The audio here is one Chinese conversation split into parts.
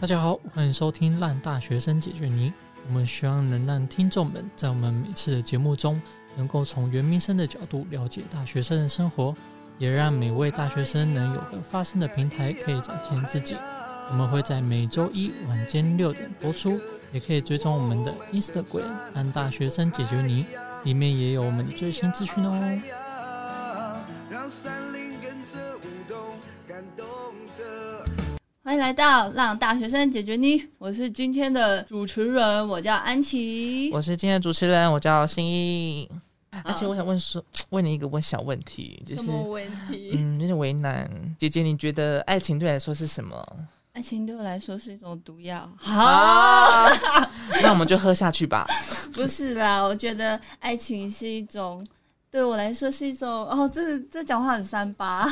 大家好，欢迎收听《让大学生解决你》，我们希望能让听众们在我们每次的节目中，能够从原民生的角度了解大学生的生活，也让每位大学生能有个发声的平台，可以展现自己。我们会在每周一晚间六点播出，也可以追踪我们的 Instagram“ 让大学生解决你”，里面也有我们的最新资讯哦。让山林跟着舞动，感动着。欢迎来到《让大学生解决你》，我是今天的主持人，我叫安琪。我是今天的主持人，我叫新一。啊而且我想问说，问你一个问小问题，就什是么问题？嗯，有点为难。姐姐，你觉得爱情对你来说是什么？爱情对我来说是一种毒药。啊， 那我们就喝下 去吧。不是啦，我觉得爱情是一种。对我来说是一种哦，这这讲话很三八，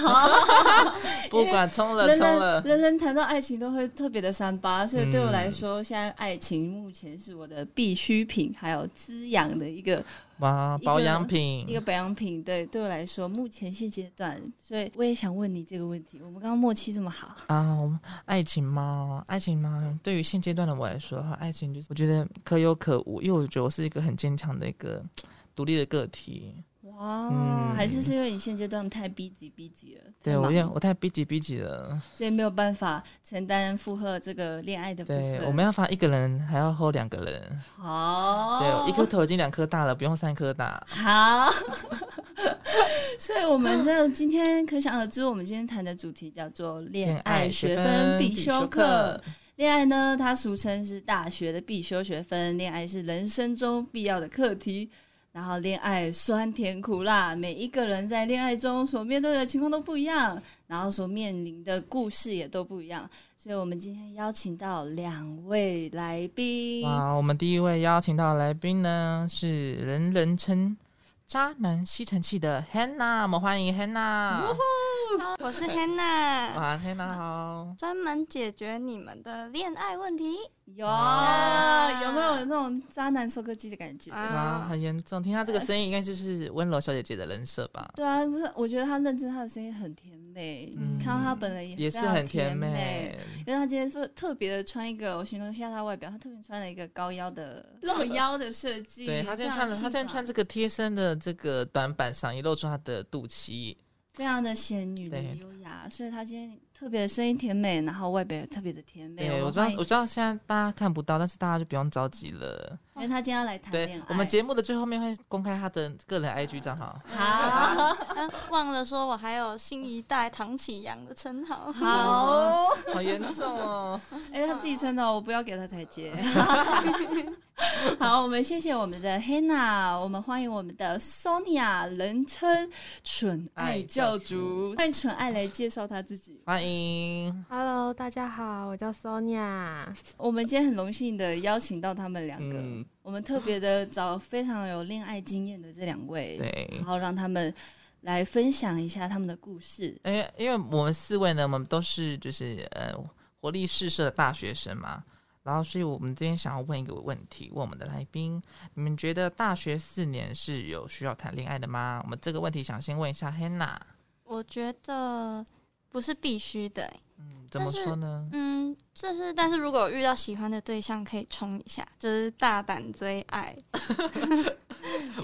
不管冲了人冲了嗯人，人人谈到爱情都会特别的三八，所以对我来说，现在爱情目前是我的必需品，还有滋养的一个哇，一个保养一个品。保养品，对对我来说，目前现阶段，所以我也想问你这个问题。我们刚刚默契这么好，啊，我们爱情嘛，爱情嘛，对于现阶段的我来说的话，爱情就是我觉得可有可无，因为我觉得我是一个很坚强的一个独立的个体。哇，嗯还是是因为你现阶段太逼急逼急了，对太我忙有点，我太逼急逼急了。所以没有办法承担负荷这个恋爱的部分。对，我们要发一个人，还要 hold 两个人。好，对，一颗头已经两颗大了，不用三颗大。好， 所以我们这今天可想而知，我们今天谈的主题叫做恋爱学分必修课。，恋爱呢，它俗称是大学的必修学分，恋爱是人生中必要的课题。然后，恋爱酸甜苦辣，每一个人在恋爱中所面对的情况都不一样，然后所面临的故事也都不一样。所以，我们今天邀请到两位来宾，哇，我们第一位邀请到的来宾呢，是人人称“渣男吸尘器”的 Hannah，我们欢迎 Hannah。我 是 Hannah，哇，Hannah 好。专门解决你们的恋爱问题。有哇有没有那种渣男收割机的感觉？哇，啊，很严重，听她这个声音，应该就是温柔小姐姐的人设吧？对啊，不是，我觉得他认真，他的声音很甜美，嗯看到他本人也也也是很甜美美。，因为他今天特特别的穿一个，我形容一下他外表，他特别穿了一个高腰的露腰的设计。对她今天穿了，她今天穿着这个贴身的这个短版上衣，露出她的肚脐。非常的仙女的对优雅，所以他今天特别的声音甜美，然后外表也特别的甜美。对，们我知道欢，迎我知道，现在大家看不到，但是大家就不用着急了。因为他今天要来谈恋对爱。，啊我们节目的最后面会公开他的个人 IG 账号。 好啊忘了说我还有新一代唐启阳的称号。好。好严重哦！哎、他自己穿的哦，我不要给他台阶。 好，我们谢谢我们的 Hannah，我们欢迎我们的 Sonia，人称蠢爱教主，让蠢爱来介绍他自己。欢迎， Hello，大家好，我叫 Sonia。我们今天很荣幸的邀请到他们两个，嗯我们特别的找非常有恋爱经验的这两位，对然，后让他们来分享一下他们的故事。因为因为我们四位呢，我们都是就是呃活力四射的大学生嘛，然后所以我们这边想要问一个问题，问我们的来宾，你们觉得大学四年是有需要谈恋爱的吗？我们这个问题想先问一下 Hannah， 我觉得不是必须的、欸嗯，怎么但是说呢？嗯，这是但是如果有遇到喜欢的对象，可以冲一下，就是大胆追 爱。哦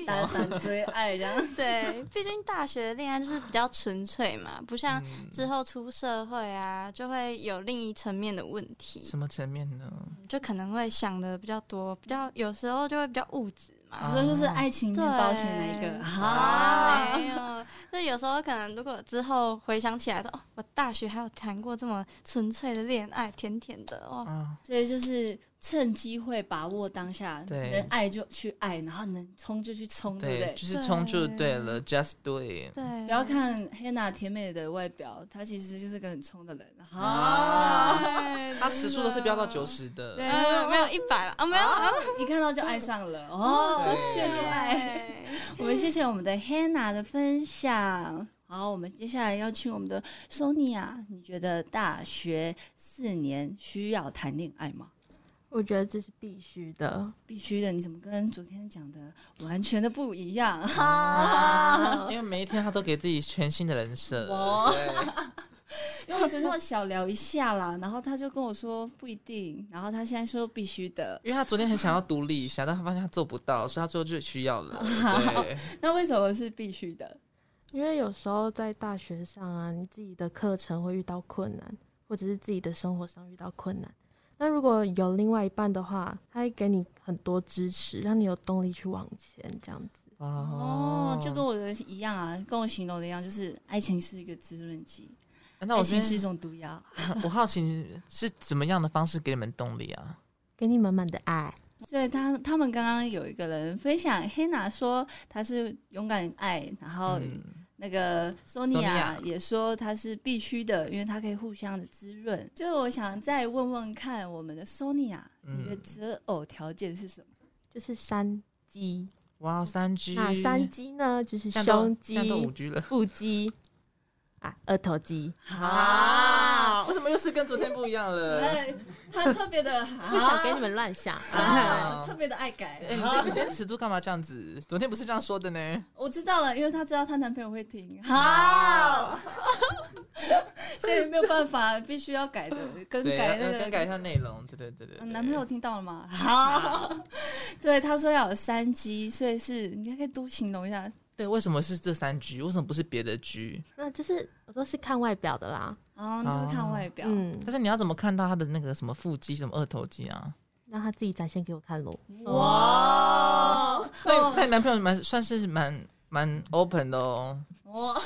大哦胆追爱，这 样对，毕竟大学恋爱就是比较纯粹嘛，不像嗯之后出社会啊，就会有另一层面的问题。嗯什么层面呢？就可能会想的比较多，比较有时候就会比较物质嘛。你说就是爱情哦面包选哪一 个？啊，没有， 就有时候可能如果之后回想起来说，哦，我大学还有谈过这么纯粹的恋爱，甜甜的哦。啊，所以就是趁机会把握当下，对能爱就去爱，然后能冲就去冲，对不对，对？就是冲就对了，just do it。对，不要看 Hannah 甜美的外表，她其实就是个很冲的人。啊好，对，他时速都是飙到九十，十的，对呃，哦没有一百了啊，没有啊，一看到就爱上了哦，对真炫爱！我们谢谢我们的 Hannah 的分享。好，我们接下来要请我们的 Sonia，你觉得大学四年需要谈恋爱吗？我觉得这是必须的。必须的，你怎么跟昨天讲的完全的不一样？哦因为每一天他都给自己全新的人设。哇对因为我们昨天有小聊一下啦，然后他就跟我说不一定，然后他现在说必须的。因为他昨天很想要独立一下，但他发现他做不到，所以他最后就需要了。哦对， 那为什么是必须的？因为有时候在大学上啊，你自己的课程会遇到困难，或者是自己的生活上遇到困难。那如果有另外一半的话，他会给你很多支持，让你有动力去往前，这样子。哦，就跟我的一样啊，跟我形容的一样，就是爱情是一个滋润剂，那爱我先情是一种毒药。我好奇是怎么样的方式给你们动力啊？给你满满的爱。所以他他们刚刚有一个人分享，黑娜说她是勇敢爱，然后嗯，那个索尼 Sonia 娅也说她是必须的，因为她可以互相的滋润。就是我想再问问看我们的索尼娅，嗯你的择偶条件是什么？就是三肌，哇，三 G，哪啊三肌呢？就是现在都胸肌现、在都五 G 了。腹肌啊，二头肌。好，，啊为什么又是跟昨天不一 样了？哎他特别的不想给你好，们乱 想。啊特别的爱改 哎，。你这你今天尺度干嘛这样子？昨天不是这样说的呢？我知道了，因为她知道她男朋友会听，好， 所以没有办法，必须要改的，更对，改要那要个更改一下内容。对对对对，对嗯，男朋友听到了吗？好， 对，他说要有三击，所以是你还可以多形容一下。对，为什么是这三 G？为什么不是别的 G？那就是我都是看外表的啦。哦，就是看外表，嗯，但是你要怎么看到他的那个什么腹肌、什么二头肌啊？让他自己展现给我看喽。哇，哦那你那你男朋友蛮算是蛮蛮 open 的哦。哇，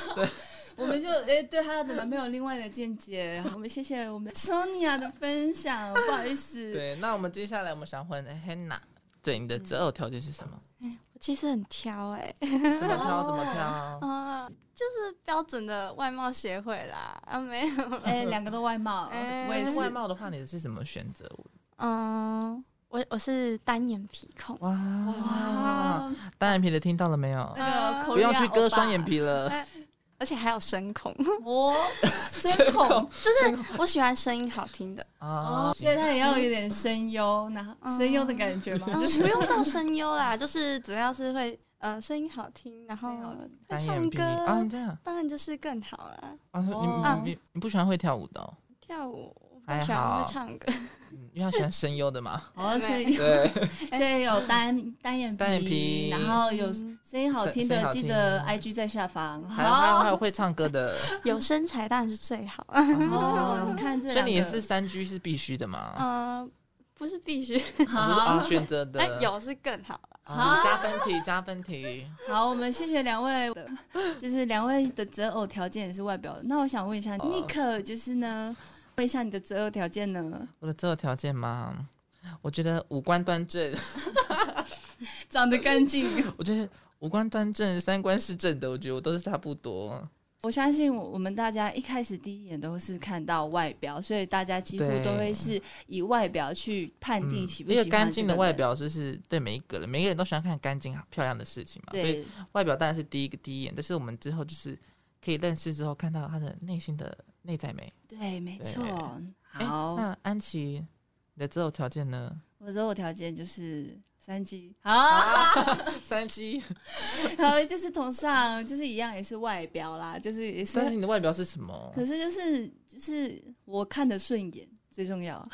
我们就诶对她的男朋友另外的见解，我们谢谢我们 Sonia 的分享，不好意思，对，那我们接下来我们想问 Hannah，对你的择偶条件是什么？我其实很挑哎、怎么挑？怎么挑？啊、就是标准的外貌协会啦，啊没有啦，哎，两个都外貌，哎我也外是，貌的话，你是怎么选择？嗯、我我是单眼皮控，哇哇，单眼皮的听到了没有？那个不用去割 Korea 双眼皮了。而且还有声控，欧巴，我 针孔。 就是我喜欢声音好听的，啊哦，！所以他也要有点声优，然后嗯声优的感觉嘛，嗯，就是不用到声优啦， 就是主要是会呃声音好听，然后声音好听会单眼唱皮啊，歌，这样当然就是更好啦。啊，你哦你你你不喜欢会跳舞的哦，跳舞我还不喜欢好会唱歌，嗯因为他喜欢声优的 嘛。哦，所以对，所以有单单眼皮，哎单眼皮然呃后有嗯 声音好听声音的，好听记得 IG 在下方。还有还有还有好，会唱歌的，有身材当然是最好。 哦，你看这所以两个，你也是三 G 是必须的嘛？呃，不是必须， 不是啊，好选择哎，的有是更好了。啊加分题加分题。好，我们谢谢两位的，就是两位的择偶条件也是外表。那我想问一下哦 Nick，就是呢，问一下你的择偶条件呢？ 我的择偶条件嘛，我觉得五官端正， 长得干净， 我觉得五官端正，三观是正的，我觉得我都是差不多。我相信我我们大家一开始第一眼都是看到外表，所以大家几乎对都会是以外表去判定喜不一喜个欢嗯干净的这个外人。表，就是对每一个人，每一个人都喜欢看干净、漂亮的事情嘛。所以对，外表当然是第一个第一眼，但是我们之后就是可以认识之后，看到他的内心的内在美。对，没对错。哎好，那安琪，你的择偶条件呢？我择偶条件就是三级，啊三七，然后就是同上，就是一样也是外表啦，就是也是但，是你的外表是什么？可是就是就是我看的顺眼最重 要，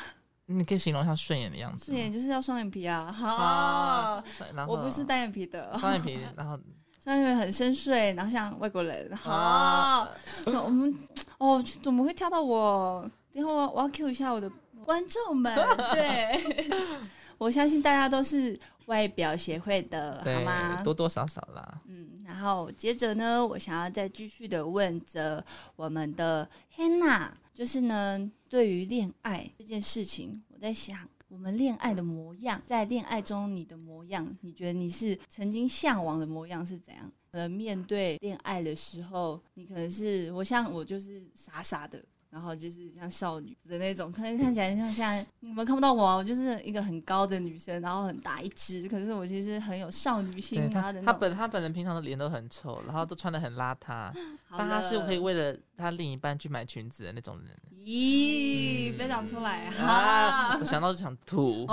你可以形容一下顺眼的样子顺吗。眼就是要双眼皮啊，啊好，，然后我不是单眼皮的， 双眼皮，然后双眼皮很深邃，然后像外国人，好啊，那我们哦怎么会跳到我？等一下我要我要 Q 一下我的观众们， 对， 我相信大家都是外表协会的，好吗对，？多多少少啦。嗯，然后接着呢，我想要再继续的问着我们的 Hannah，就是呢，对于恋爱这件事情，我在想，我们恋爱的模样，在恋爱中你的模样，你觉得你是曾经向往的模样是怎样？呃，面对恋爱的时候，你可能是我像我就是傻傻的。然后就是像少女的那种，可能看起来像像你们看不到我啊，我就是一个很高的女生，然后很大一只，可是我其实很有少女心对啊他的，那他种本他本人平常的脸都很丑，然后都穿的很邋遢，好但他是了可以为了他另一半去买裙子的那种人咦，不要讲出来啊！哦啊，我想到就想吐。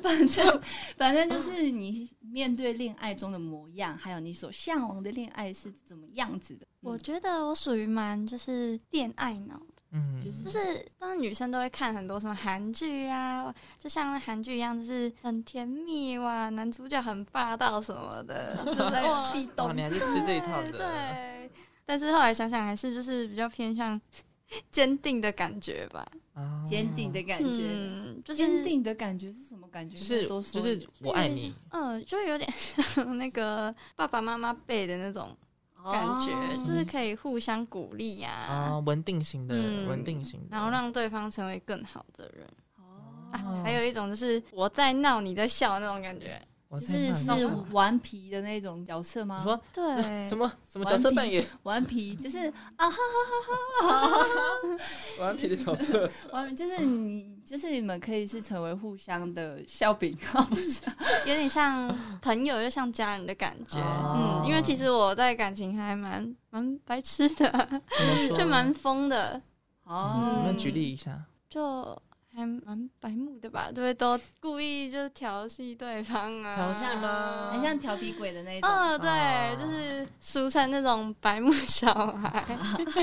反正反正就是你面对恋爱中的模样，还有你所向往的恋爱是怎么样子的。嗯我觉得我属于蛮就是恋爱脑的，嗯，就是就是当然女生都会看很多什么韩剧啊，就像那韩剧一样，就是很甜蜜哇，男主角很霸道什么的， 就在壁哇，咚你还是吃这一套对的。啊对，但是后来想想，还是就是比较偏向 坚定的感觉吧。啊坚定的，感觉，嗯，就是坚，定的感觉是什么感觉？就是都就说是我爱 你， 嗯，就有点像那个爸爸妈妈辈的那种感觉，哦就是可以互相鼓励呀、啊，稳定型的，嗯稳定型的，然后让对方成为更好的人。啊哦，还有一种就是我在闹，你在笑那种 感觉。我就在是扮是演顽皮的那种角色你吗？说对，什么什么角色扮演顽皮就是 顽皮的角 色？完全就是你，就是你们可以是成为互相的笑柄，啊， 不是？有点像朋友，又像家人的感觉。哦嗯，因为其实我在感情还蛮蛮白痴的，就蛮疯的，你哦，嗯们举例一下，就还蛮白目的吧，对，都故意就调戏对方啊，调戏吗很像调皮鬼的那种。哦，对，就是俗称那种白目小孩。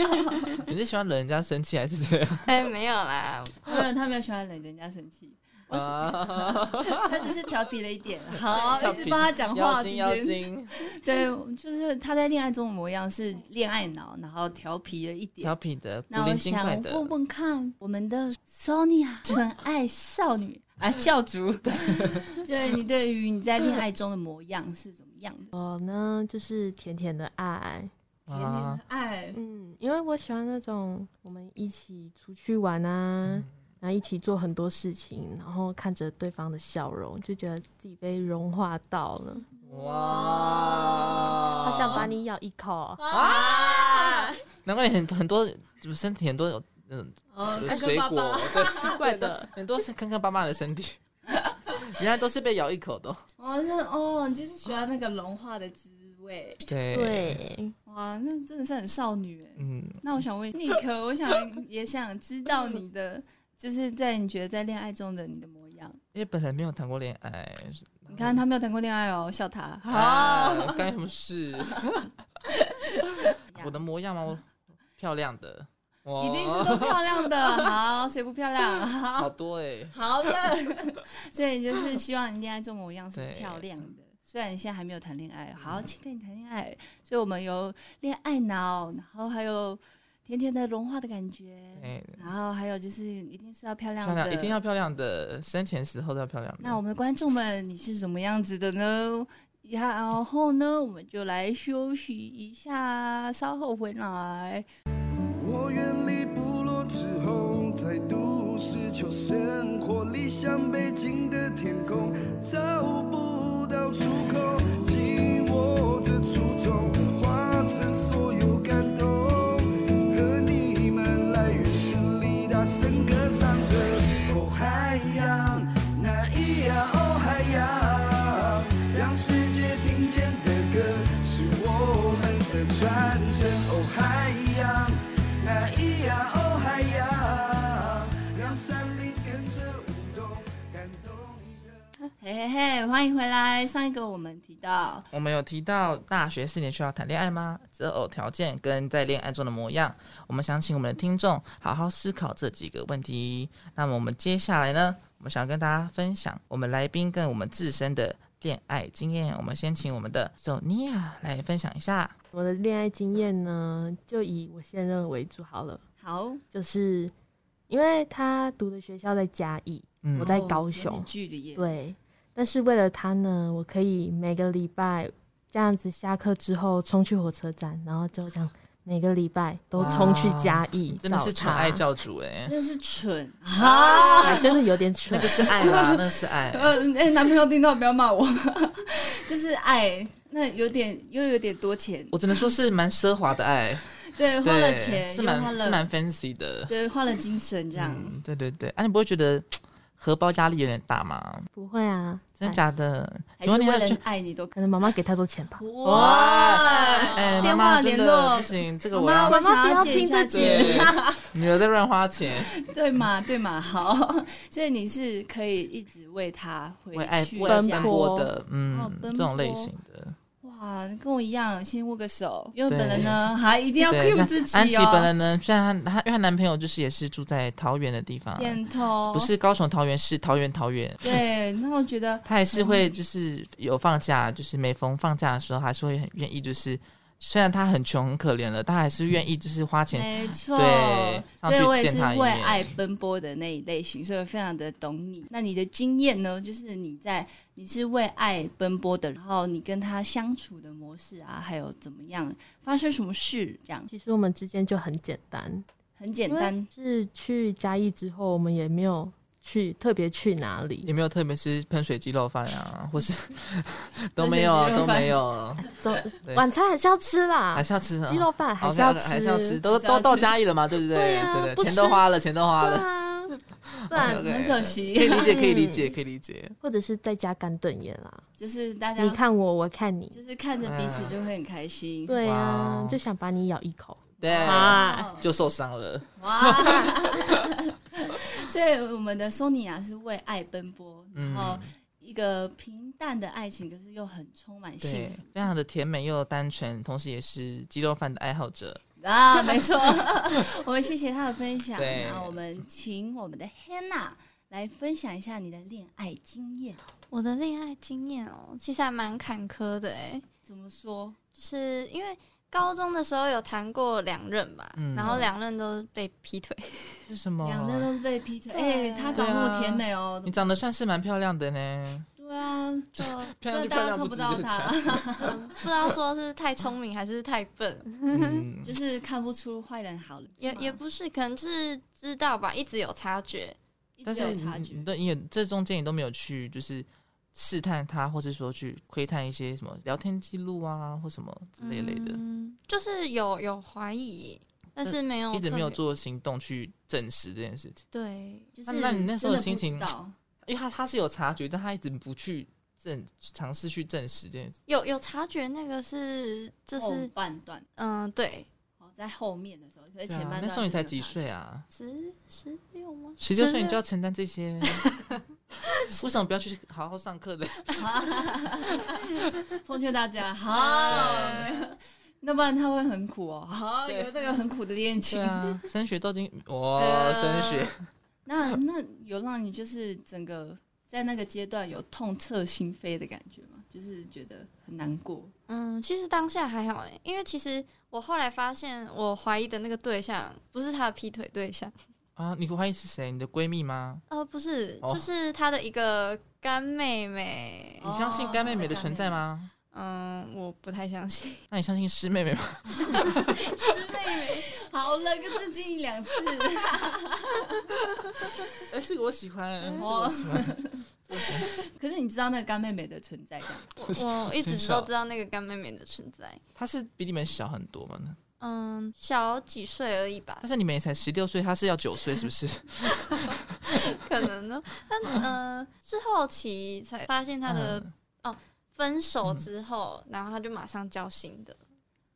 你是喜欢惹人家生气还是这样？哎，没有啦，没有，他没有喜欢惹人家生气， 啊，他只是调皮了一点。好，调一皮直帮他讲话。妖今精妖天精，对，就是他在恋爱中的模样是恋爱脑，然后调皮了一点调。皮的，古那我灵精想怪的，问问看，我们的 Sonia 纯爱少女啊，教 主，对你对于你在恋爱中的模样是怎么样的？我呢哦就是甜甜的爱，甜甜啊的爱，嗯，因为我喜欢那种我们一起出去玩啊，然后一起做很多事情，然后看着对方的笑容，就觉得自己被融化到了。哇，他想把你咬一口，啊，难怪你很很多，就是身体很多有嗯哦有水果，对 奇怪的，很多是坑坑巴巴的身体，原来都是被咬一口的，哦，是哦，你就是喜欢那个融化的滋味，对，对，哇，那真的是很少女哎。嗯，那我想问尼克，我想也想知道你的，就是在你觉得在恋爱中的你的模样。因为本来没有谈过恋爱， 你看他没有谈过恋爱哦，笑他。啊，干什么事？我的模样吗？我漂亮的，哇一定是都漂亮的，好，谁不漂亮？好，好多哎，好的，所以就是希望你恋爱中模样是对漂亮的。虽然你现在还没有谈恋爱，好期待你谈恋爱。所以我们有恋爱脑，然后还有甜甜的融化的感觉，哎，然后还有就是一定是要漂亮漂的，亮，一定要漂亮的，生前死后都要漂亮的。那我们的观众们，你是什么样子的呢？然后呢，我们就来休息一下，稍后回来。我远离部落之后，在都市求生活，理想北京的天空找不到出口，紧握着初衷，化成所有感动，和你们来源顺利，大声歌唱着，哦海洋，那咿呀哦海洋，让世界听见的歌是我们的传承，哦海洋。那咿呀哦嗨呀，让山林跟着舞动，感动着。嘿嘿嘿，欢迎回来。上一个我们提到，我们有提到大学四年需要谈恋爱吗？择偶条件跟在恋爱中的模样，我们想请我们的听众好好思考这几个问题。那么我们接下来呢，我们想跟大家分享我们来宾跟我们自身的恋爱经验。我们先请我们的索尼娅来分享一下。我的恋爱经验呢，就以我现任为主好了，好，就是因为他读的学校在嘉义，嗯我在高雄哦有点距离耶，对，但是为了他呢，我可以每个礼拜这样子下课之后冲去火车站，然后 就这样每个礼拜都冲去嘉义真的是找纯他爱教主哎、真的是蠢。 哎真的有 点那蠢个。是爱啦，那是爱。 呃，哎、男朋友听到不要骂我， 就是爱，那有点又有点多钱，我只能说是蛮奢华的爱，对，花了对，钱，是又花蛮是了，蛮 fancy 的。嗯对，花了精神这样。嗯，对对对，啊，你不会觉得荷包压力有点大吗？不会啊，真的哎？假的？还请是问你为要了去爱你都可可能妈妈给太多钱吧。哇！哎，妈电妈话真联的络不，行，这个妈我妈，啊要我想要见一下对姐， 女儿在乱花钱，对嘛对嘛，好， 所以你是可以一直为他回为爱去为爱这奔样波的，啊哦嗯，奔这种类波型的。哇，跟我一样，先握个手，因为对本人呢还一定要对， cue 像自己哦。安琪本人呢，虽然她她因为她男朋友就是也是住在桃园的地方，啊点头，不是高雄桃园是桃园桃园。哦对，嗯那我觉得她还是会就是有放假，就是每逢放假的时候，还是会很愿意，就是虽然她很穷很可怜了，她还是愿意就是花钱。没错，对上所以去我也见是他一为面爱奔波的那一类型，所以我非常的懂你。那你的经验呢？就是你在你是为爱奔波的，然后你跟他相处的模式啊，还有怎么样发生什么事，这样其实我们之间就很简单，很简因为单。是去嘉义之后，我们也没有去特别去哪里，也没有特别是喷水鸡肉饭啊，或是 都喷水没有鸡肉都饭没有，走 对晚餐还是要吃啦还，是要吃啊鸡肉饭还 OK，是要 OK，还是要吃，吃，都还是要都到吃嘉义了嘛，对不对？对啊对不对，钱都吃花了，钱都花对 了。 啊，不然 OK，OK 很可惜可以理解，可以理解，可以理解。或者是在家干瞪眼啦，就是大家你看我，我看你，就是看着彼此就会很开心。对哇啊，就想把你咬一口嗯对，啊，就受伤了。哇！ 所以我们的 Sonia 是为爱奔波，然后嗯，一个平淡的爱情，可是又很充满幸对福，非常的甜美又单纯，同时也是鸡肉饭的爱好者。 啊，没错。我们谢谢他的分享，对然后我们请我们的 Hannah 来分享一下你的恋爱经验。我的恋爱经验哦，其实还蛮坎坷的哎，怎么说？就是因为高中的时候有谈过两任吧，嗯然后两任都是被劈腿， 是什么？两个都是被劈腿，哎、对她长那么甜美哦你，长得算是蛮漂亮 的呢，对啊，就 漂所亮以大就漂家亮，看不不值到得她讲。不知道说是太聪明还是太笨，嗯就是看不出坏人好人，也是吗也不是，可能就是知道吧，一直有察觉，一但直是有你察觉你。对，你也这中间你都没有去就是试探他，或是说去窥探一些什么聊天记录啊，或什么之类类的，嗯就是有有怀疑，但是没有一直没有嗯特别做行动去证实这件事情。对，就是那那你那时候真的心不知情道因为他他是有察觉，但他一直不去证尝试去证实这件事。有有察觉那个是就后是半段，嗯、对哦，在后面的时候，可是前半段、啊那时候你才几？岁啊？十十六吗？十六岁你就要承担这些，为什么不要去好好上课的？ 奉劝大家，好，要不然他会很苦哦。好，对有这个很苦的恋情对，啊，升学都已经哇，升学那那有让你就是整个在那个阶段有痛彻心扉的感觉吗？就是觉得很难过，嗯，其实当下还好哎，因为其实我后来发现，我怀疑的那个对象不是他的劈腿对象，啊！你怀疑是谁？你的闺蜜吗？呃，不是，哦就是他的一个干妹妹。你相信哦干妹妹的存在吗？嗯，我不太相信。那你相信师妹妹吗？哦好了，跟震惊一 两次，哎，这个我喜欢，这个哦我喜欢。可是你知道那个干妹妹的存在，这样我我一直真少都知道那个干妹妹的存在。她是比你们小很多嘛？嗯，小几岁而已吧但，是你们也才十六岁，她是要九岁，是不 是？ 可能呢。但嗯，是后期才发现他的嗯分手之后，然后他就马上交新的。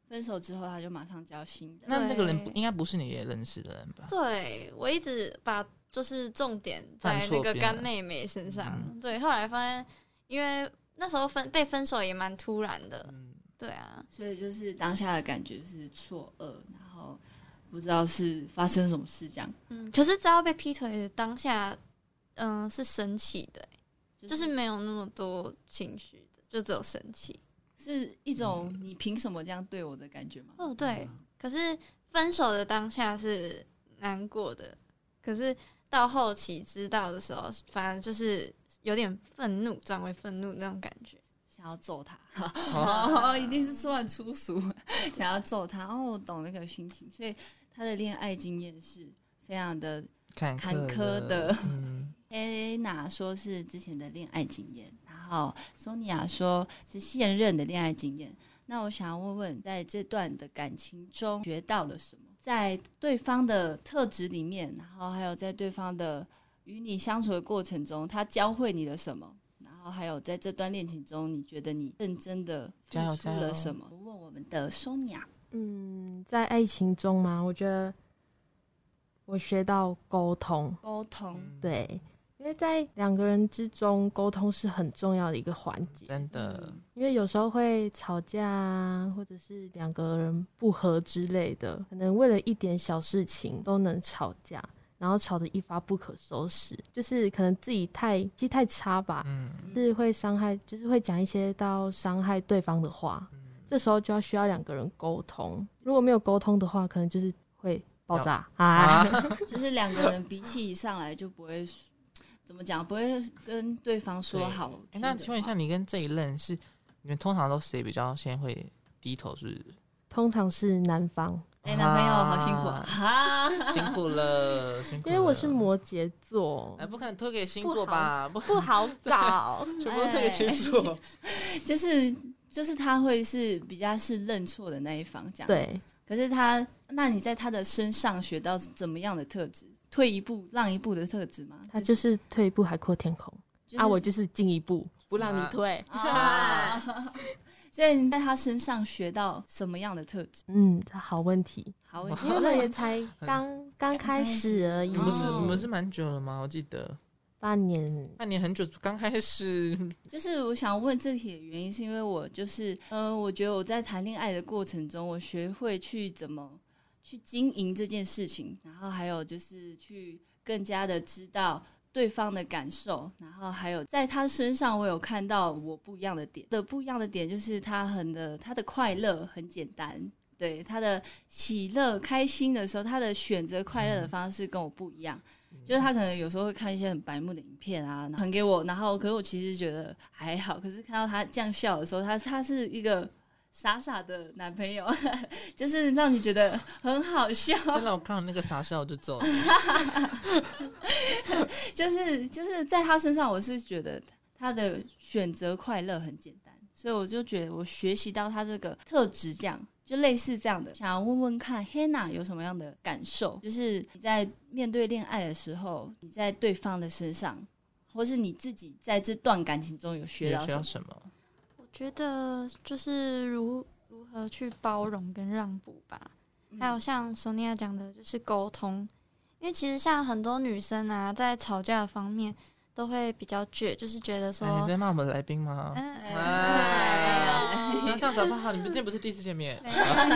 分手之后，她就马上交新的。那那个人不对应该不是你也认识的人吧？对我一直把就是重点在犯错那个别干人妹妹身上。嗯对，后来发现，因为那时候分被分手也蛮突然的。嗯，对啊，所以就是当下的感觉是错愕，然后不知道是发生什么事，这样嗯，可是只要被劈腿的当下，嗯、是生气的、就就是没有那么多情绪的，就只有生气。是一种你凭什么这样对我的感觉吗？嗯哦，对，可是分手的当下是难过的，可是到后期知道的时候，反正就是有点愤怒，转为愤怒那种感觉。想要揍他，好哦， 一定是突然粗俗，想要揍他。哦，我懂那个心情，所以他的恋爱经验是非常的。坎坎坷坷的，嗯。安娜说是之前的恋爱经验，然后 Sonia 说是现任的恋爱经验。那我想要问问，在这段的感情中学到了什么？在对方的特质里面，然后还有在对方的与你相处的过程中，他教会你了什么？然后还有在这段恋情中，你觉得你认真的付加油出加油了什么？问我们的 Sonia，嗯，在爱情中嘛，我觉得我学到沟通，沟通，嗯，对，因为在两个人之中，沟通是很重要的一个环节。真的，嗯因为有时候会吵架啊，或者是两个人不和之类的，可能为了一点小事情都能吵架，然后吵得一发不可收拾，就是可能自己太脾气太差吧，嗯是会伤害，就是会讲一些到伤害对方的话，嗯，这时候就要需要两个人沟通，如果没有沟通的话，可能就是会爆炸啊啊，，就是两个人脾气一上来就不会说怎么讲，不会跟对方说对好听的话。哎，那请问一下，你跟这一任是你们通常都谁比较先会低头？是不 通常是男方，哎，男朋友好辛苦啊！啊哈，是辛苦了，辛苦因了。为我是摩羯座啊哎，，不可能推给星座吧？不，哎 不好搞，全部都推给星座。 就是就是他会是比较是认错的那一方讲。，对。可是他，那你在他的身上学到怎么样的特质？退一步让一步的特质吗？他就是退一步海阔天空、就啊，我就就是进一步，不让你退。啊， 所以你在他身上学到什么样的特质？嗯，这好 问题，好，我因为那也才刚刚开始而已，你们是哦你们是蛮久了吗？我记得半年，那你很久，刚开始 就是我想问这题的原因，是因为我就是，呃，我觉得我在谈恋爱的过程中，我学会去怎么去经营这件事情，然后还有就是去更加的知道对方的感受，然后还有在他身上，我有看到我不一样的点。的不一样的点就是他很的他的快乐很简单。对他的喜乐、开心的时候，他的选择快乐的方式跟我不一样。就是他可能有时候会看一些很白目的影片啊，传给我，然后可是我其实觉得还好，可是看到他这样笑的时候，他他是一个傻傻的男朋友， 就是让你觉得很好笑，真的，我看到那个傻笑我就 走了。就是就是在他身上，我是觉得他的选择快乐很简单，所以我就觉得我学习到他这个特质，这样就类似这样的。想要问问看 Hannah 有什么样的感受，就是你在面对恋爱的时候，你在对方的身上，或是你自己在这段感情中有学你到学什到么？什么？我觉得就是如如何去包容跟让步吧。还有像索尼娅讲的，就是沟通，因为其实像很多女生啊，在吵架方面都会比较倔，就是觉得哎你说，在骂我们的来宾 吗？嗯，哎哎那这样子好不好？你们今天不是第一次见面，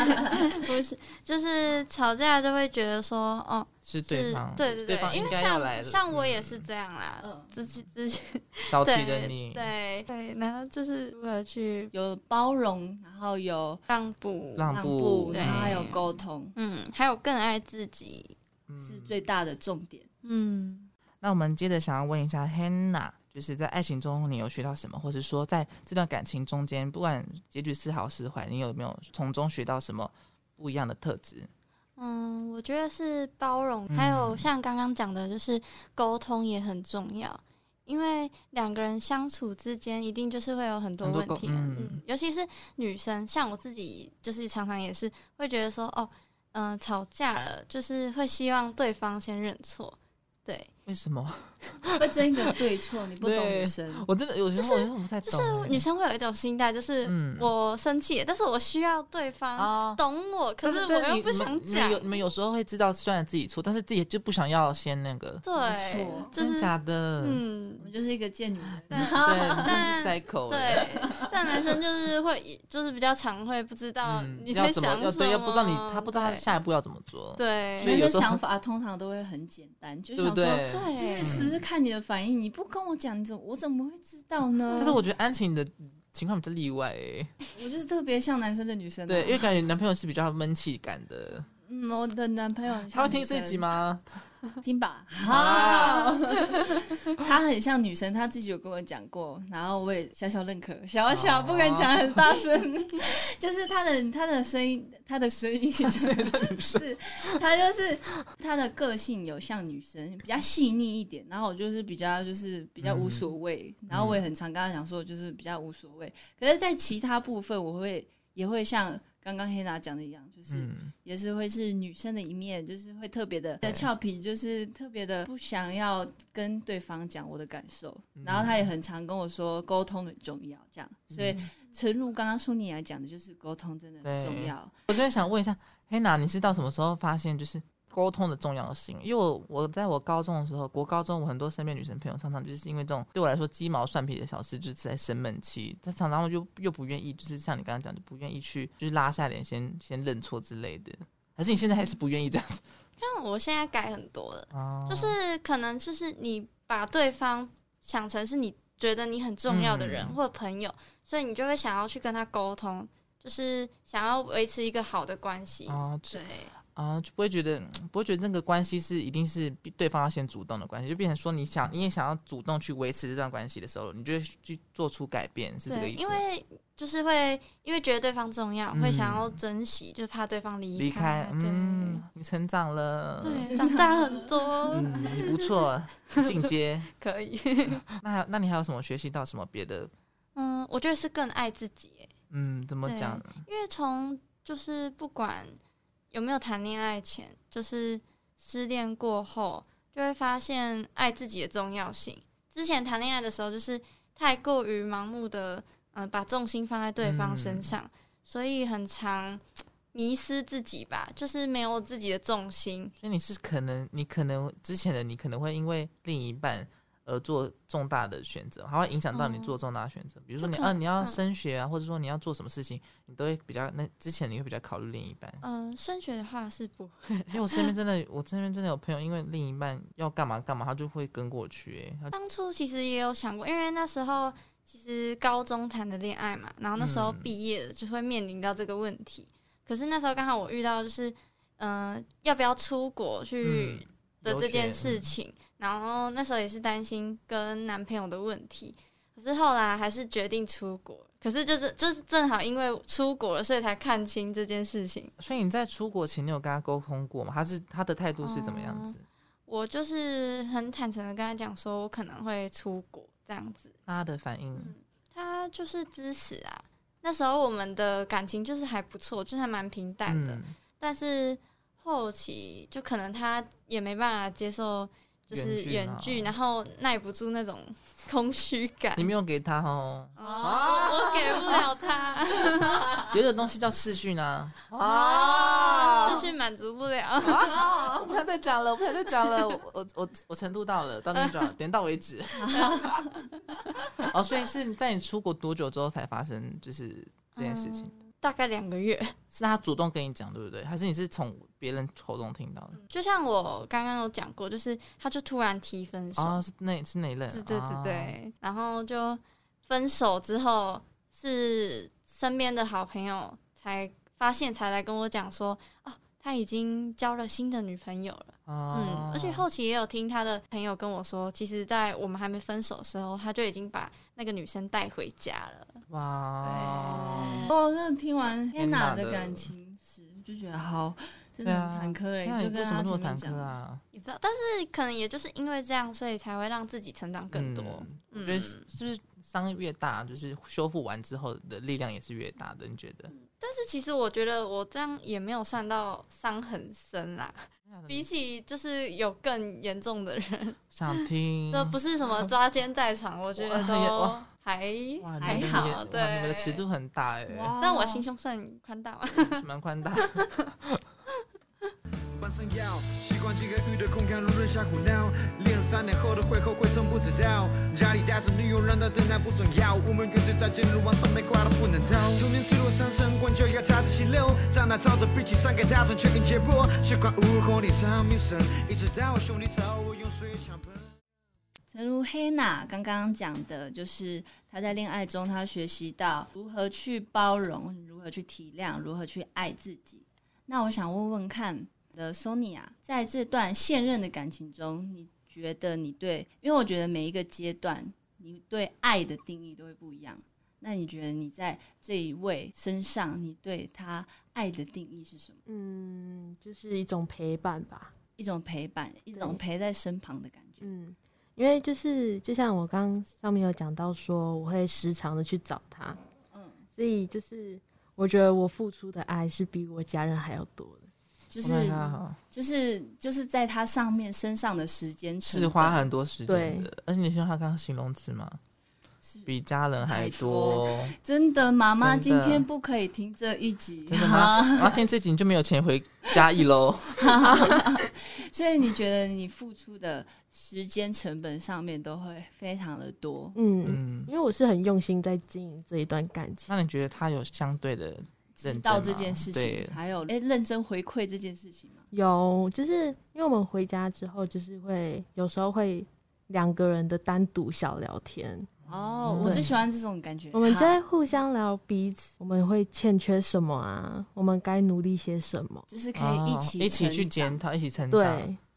不是，就是吵架就会觉得说，哦，是是对方，对对方因应为该要来了。像像我也嗯是这样啦，嗯之前之前早期的对你，对对，然后就是如何去有包容，然后有让步，让让步步，，对然后还有沟通，嗯，还有更爱自己，嗯是最大的重点。嗯，那我们接着想要问一下 Hannah，就是在爱情中你有学到什么，或者说在这段感情中间，不管结局是好是坏，你有没有从中学到什么不一样的特质？嗯，我觉得是包容，嗯还有像刚刚讲的，就是沟通也很重要，因为两个人相处之间一定就是会有很多很多问沟题嘛，嗯嗯，尤其是女生，像我自己就是常常也是会觉得说，哦，嗯、吵架了，就是会希望对方先认错，对，为什么？会争一个对错，你不懂对女生，我真的 有时候我真的不太就懂欸、是女生会有一种心态，就是嗯我生气了，但是我需要对方啊。懂我，可但是但我你又不想你们讲有，你们有时候会知道，虽然自己错，但是自己就不想要先那个，没对错，就真是假的？嗯 我，们就是一个贱女人。对，你但真是 psycho 欸对，但男生就是会，就是比较常会不知道嗯哦你要在怎想么什要么，对，要不知道你他不知道他下一步要怎么做，对所以对男有生时候想法通常都会很简单，就对不想说，对？对，就是只是看你的反应，你不跟我讲，你怎么我怎么会知道呢？但是我觉得安晴的情况比较例外欸，我就是特别像男生的女生、啊，对，因为感觉男朋友是比较闷气感 的，嗯，我的男朋友很他像会女生听这一集？吗？ 听吧， 啊好， 他很像女生，他自己有跟我讲过，然后我也小小认可，小小哦不敢讲很大声， 就是他的他的声音，他的声音就是女生是，他就是他的个性有像女生比较细腻一点，然后我就是比较就是比较无所谓，嗯然后我也很常跟他讲说就是比较无所谓，可是，在其他部分我会也会像。刚刚黑娜讲的一样，就是嗯，也是会是女生的一面，就是会特别的俏皮，就是特别的不想要跟对方讲我的感受。嗯然后她也很常跟我说，沟通很重要，这样。所以嗯陈露刚刚说你来讲的就是沟通真的很重要。我这边想问一下，黑娜，你是到什么时候发现就是沟通的重要性？因为我我在我高中的时候，国高中我很多身边女生朋友常常就是因为这种对我来说鸡毛蒜皮的小事，就是在生闷气，她常常我就又不愿意，就是像你刚刚讲，就不愿意去就是拉下脸先先认错之类的。还是你现在还是不愿意这样子？但我现在改很多了，哦就是可能就是你把对方想成是你觉得你很重要的人嗯或者朋友，所以你就会想要去跟他沟通，就是想要维持一个好的关系。哦，就对，啊，就不会觉得不会觉得那个关系是一定是比对方要先主动的关系，就变成说你想你也想要主动去维持这段关系的时候，你就会去做出改变，是这个对，意思因吗？为就是会因为觉得对方重要，嗯会想要珍惜，就怕对方离离开，嗯对。，你成长了，对，啊长大很多，嗯，你不错，进阶。 可以。 那还有那你还有什么学习到什么别的？嗯，我觉得是更爱自己耶，嗯，怎么讲？因为从就是不管有没有谈恋爱前，就是失恋过后，就会发现爱自己的重要性。之前谈恋爱的时候，就是太过于盲目的，嗯、把重心放在对方身上，所以很常迷失自己吧，就是没有自己的重心。所以你是可能，你可能之前的你可能会因为另一半而做重大的选择，还会影响到你嗯做重大的选择。比如说你就可啊，你要嗯升学啊，或者说你要做什么事情，你都会比较那之前你会比较考虑另一半。 嗯、升学的话是不会，因为我身边真的，我身边真的有朋友，因为另一半要干嘛干嘛，他就会跟过去、欸。他当初其实也有想过，因为那时候其实高中谈的恋爱嘛，然后那时候嗯毕业了就会面临到这个问题。可是那时候刚好我遇到就是，嗯、要不要出国去嗯的这件留学事情，然后那时候也是担心跟男朋友的问题，可是后来还是决定出国。可是就是就是正好因为出国了，所以才看清这件事情。所以你在出国前，你有跟他沟通过吗？他是他的态度是怎么样哦子？我就是很坦诚的跟他讲说，我可能会出国这样子。他的反应，他就是支持啊。那时候我们的感情就是还不错，就是还蛮平淡的。嗯但是后期就可能他也没办法接受，就是远距嘛远距，然后耐不住那种 空虚感你。没有给他哦，哦，我给不了他，有一种东西叫视讯啊。哦，哦是去满足不了。啊！我不想再讲了，我不想再讲了，我我我我程度到了，到这边就好，点到为 止。哦，所以是在你出国多久之后才发生就是这件事情？嗯大概两个月，是他主动跟你讲，对不对？还是你是从别人口中听到的？就像我刚刚有讲过，就是他就突然提分手，哦，是那是那一任？对对对哦，对，然后就分手之后，是身边的好朋友才发现，才来跟我讲说，哦，他已经交了新的女朋友了。哦嗯，而且后期也有听他的朋友跟我说，其实，在我们还没分手的时候，他就已经把那个女生带回家了。哇，哦，那听完黑天娜哪的的感情史，就觉得好真对的啊很坎坷哎、那就你跟为什么他那么前面坎坷讲，啊？也不知道，但是可能也就是因为这样，所以才会让自己成长更多。嗯我嗯，觉得是是不是伤越大，就是修复完之后的力量也是越大的？你觉得？但是其实我觉得我这样也没有算到伤很深啦，嗯比起就是有更严重的人。想听？ 这不是什么抓奸在床，嗯我觉得都哇还 哇，还你们也好，哇对。你们的尺度很大哎、哇但我心胸算宽大 嘛，蛮宽大。晚上要习惯几个月的空干，容忍下胡闹。恋三年后的会后悔，真不知道。家里带着女友，让她等待不重要。我们跟随在进入往上面，快乐不能逃。童年脆弱上升，关就要插着心流。长大操着脾气，上给大神却更解剖。习惯无后的上名声，一直到我兄弟朝我用水枪喷。正如黑娜刚刚讲的，就是她在恋爱中，她学习到如何去包容，如何去体谅，如何去爱自己。那我想问问看的 Sonia，在这段现任的感情中，你觉得你对？因为我觉得每一个阶段，你对爱的定义都会不一样。那你觉得你在这一位身上，你对他爱的定义是什么？嗯，就是一种陪伴吧。一种陪伴，一种对陪在身旁的感觉。嗯，因为就是就像我刚上面有讲到说，我会时常的去找他，嗯所以就是我觉得我付出的爱是比我家人还要多的。就是啊就是就是在他上面身上的时间成是花本很多时间的，而且你听他刚刚形容词嘛，是比家人还还多多，真的，妈妈真今的天不可以听这一集，真的吗？啊然后听这集你就没有钱回家一喽。 所以你觉得你付出的时间成本上面都会非常的多，嗯，嗯，因为我是很用心在经营这一段感情。那你觉得他有相对的认知真道吗这件事情对，，还有哎、认真回馈这件事情吗？有，就是因为我们回家之后，就是会有时候会两个人的单独小聊天，哦，嗯我对最喜欢这种感觉。我们就好会互相聊彼此，我们会欠缺什么啊，我们该努力些什么。就是可以一起、哦一起去检。讨，一起成长。对，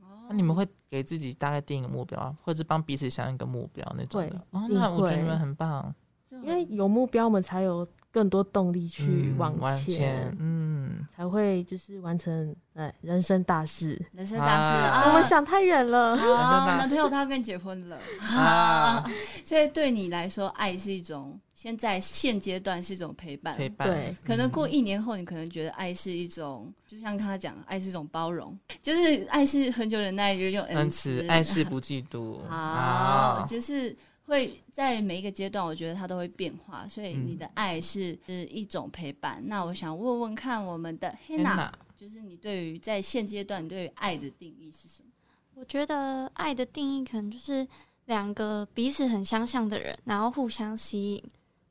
哦那你们会给自己大概定一个目标，啊或者帮彼此想一个目标那种的会哦，一定那我觉得会你们很棒，因因为有目标，我们才有更多动力去嗯往往前，前，嗯，才会就是完成呃人生大事。人生大事啊啊，我们想太远啊，了，大事男朋友他要跟你结婚了，啊， 所以对你来说，爱是一种现在现阶段是一种陪伴。陪伴，对可能过嗯一年后，你可能觉得爱是一种，就像他讲，爱是一种包容，就是爱是很久忍耐，也有恩恩慈慈，，爱是不嫉妒， 好，啊，就是会在每一个阶段，我觉得它都会变化，所以嗯你的爱是是一种陪伴。那我想问问看，我们的 Hannah，哪，就是你对于在现阶段你对于爱的定义是什么？我觉得爱的定义可能就是两个彼此很相像的人，然后互相吸引，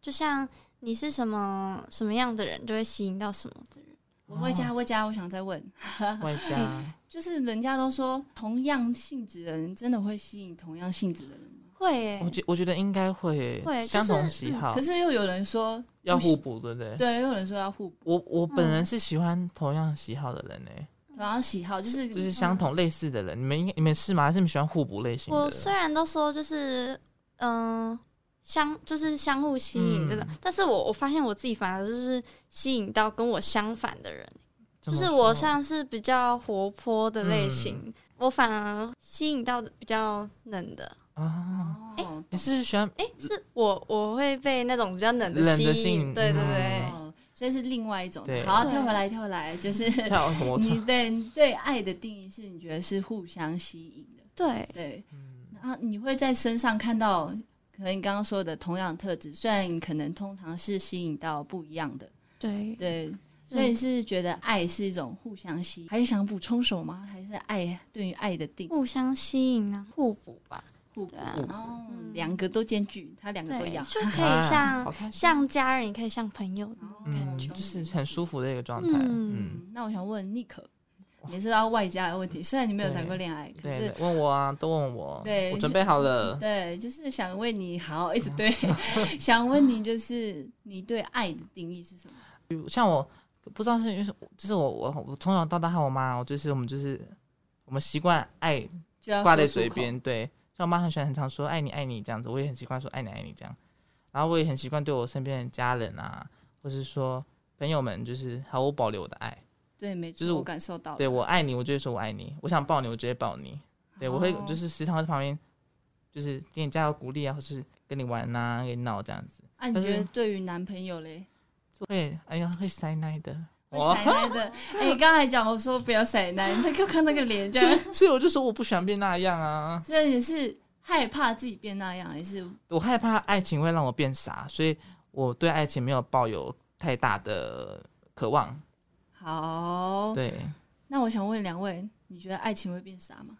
就像你是什么什么样的人，就会吸引到什么的人。我哦会加，我会加，我想再问，外加就是人家都说同样性质的人真的会吸引同样性质的人吗？会欸耶、我觉我觉得应该会会相同就是喜嗯好可，是又有人说要不互是补，对不对？对，又有人说要互补，我我本嗯人是喜欢同样喜好的人诶，同样喜好，就是就是相同类似的人。你们应你们是吗？还是你们喜欢互补类型的？我虽然都说就是嗯、相就是相互吸引这种，嗯但是我我发现我自己反而就是吸引到跟我相反的人，怎就么是说我嗯像是比较活泼的类型，我反而吸引到比较冷的。啊，哎哦，你是不是喜欢哎、是我我会被那种比较冷的冷吸的引，吸引对对嗯对，哦，所以是另外一种的。对好，对跳回来，跳回来，就是跳什么？你对你对爱的定义是你觉得是互相吸引的，对，对，嗯然后你会在身上看到，可能你刚刚说的同样特质，虽然你可能通常是吸引到不一样的，对，对，所以是觉得爱是一种互相吸引。还想补充什么吗？还是爱对于爱的定互相吸引啊，互补吧，互补对？啊，哦，嗯两个都兼具，他两个都对，要，就 可啊以像、好开心 像家人，也可以像朋友的。嗯，就是很舒服。服的一个状态。嗯，嗯哦嗯那我想问妮可，也是要外加的问题，虽然你没有对谈过恋爱，可对是。，问我啊，都问我，对我就准备好了。对，就是想问你好，嗯一直对， 想问你就是你对爱的定义是什么？像我不知道是因为是就是我我我从小到大和我妈，我就是我们就是我们习惯爱就要挂说在出嘴口，边，对。像我妈很喜欢很常说爱你爱你这样子，我也很习惯说爱你爱你这样。然后我也很习惯对我身边的家人啊，或是说朋友们，就是毫无保留的爱。对，没错，就是我我感受到了，对我爱你，我就会说我爱你；我想抱你，我就会抱你。对我会哦就是时常会在旁边，就是给你加油鼓励啊，或是跟你玩呐、啊，跟你闹这样子。啊，你但是觉得对于男朋友嘞，会哎呀会塞奶的，会哇塞奶的？哎，刚才讲我说不要塞奶，你再给我看那个脸，这样，所以我就说我不喜欢变那样啊， 所以你是害怕自己变那样，还是我害怕爱情会让我变傻，所以我对爱情没有抱有太大的渴望。好？对，那我想问两位，你觉得爱情会变傻吗？